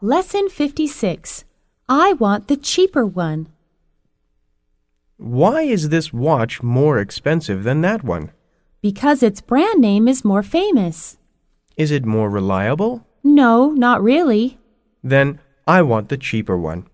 Lesson 56. I want the cheaper one. Why is this watch more expensive than that one? Because its brand name is more famous. Is it more reliable? No, not really. Then I want the cheaper one.